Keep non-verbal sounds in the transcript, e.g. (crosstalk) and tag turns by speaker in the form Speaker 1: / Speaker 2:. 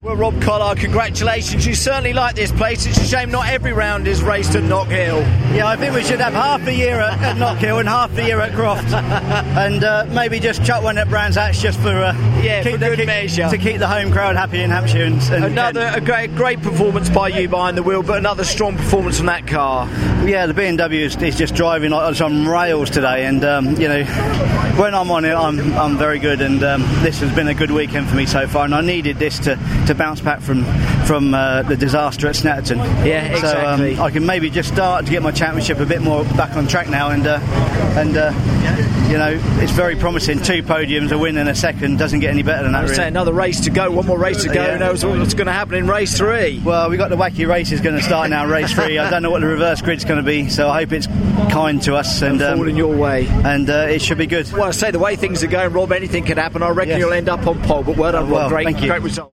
Speaker 1: Well, Rob Collar, congratulations. You certainly like this place. It's a shame not every round is raced at Knock Hill.
Speaker 2: Yeah, I think we should have half a year at, at Knock Hill and half a year at
Speaker 1: (laughs)
Speaker 2: Croft, and uh, maybe just chuck one at Brands Hatch just for uh,
Speaker 1: Yeah, for
Speaker 2: the-
Speaker 1: good measure.
Speaker 2: to keep the home crowd happy in Hampshire. And, and
Speaker 1: Another a great, great performance by you behind the wheel, but another strong performance from that car.
Speaker 2: and, yeah, the BMW is, is just driving like some rails today, and um, you know when I'm on it, I'm I'm very good, and um, this has been a good weekend for me so far, and I needed this to, to bounce back from from uh, the disaster at Snetterton.
Speaker 1: Yeah, exactly.
Speaker 2: So um, I can maybe just start to get my championship a bit more back on track now, and uh, and. Uh, you know, it's very promising. Two podiums, a win, and a second doesn't get any better than that.
Speaker 1: I'd
Speaker 2: Really.
Speaker 1: say another race to go, one more race to go.
Speaker 2: Yeah.
Speaker 1: Who knows what's going to happen in race three?
Speaker 2: Well, we got the wacky races going to start now, race three. I don't know what the reverse grid's going to be, so I hope it's kind to us and um,
Speaker 1: All in your way.
Speaker 2: and uh, it should be good.
Speaker 1: Well, I say the way things are going, Rob, anything can happen. I reckon
Speaker 2: Yes.
Speaker 1: you'll end up on pole. But well done, Rob.
Speaker 2: Well,
Speaker 1: great,
Speaker 2: thank you.
Speaker 1: great result.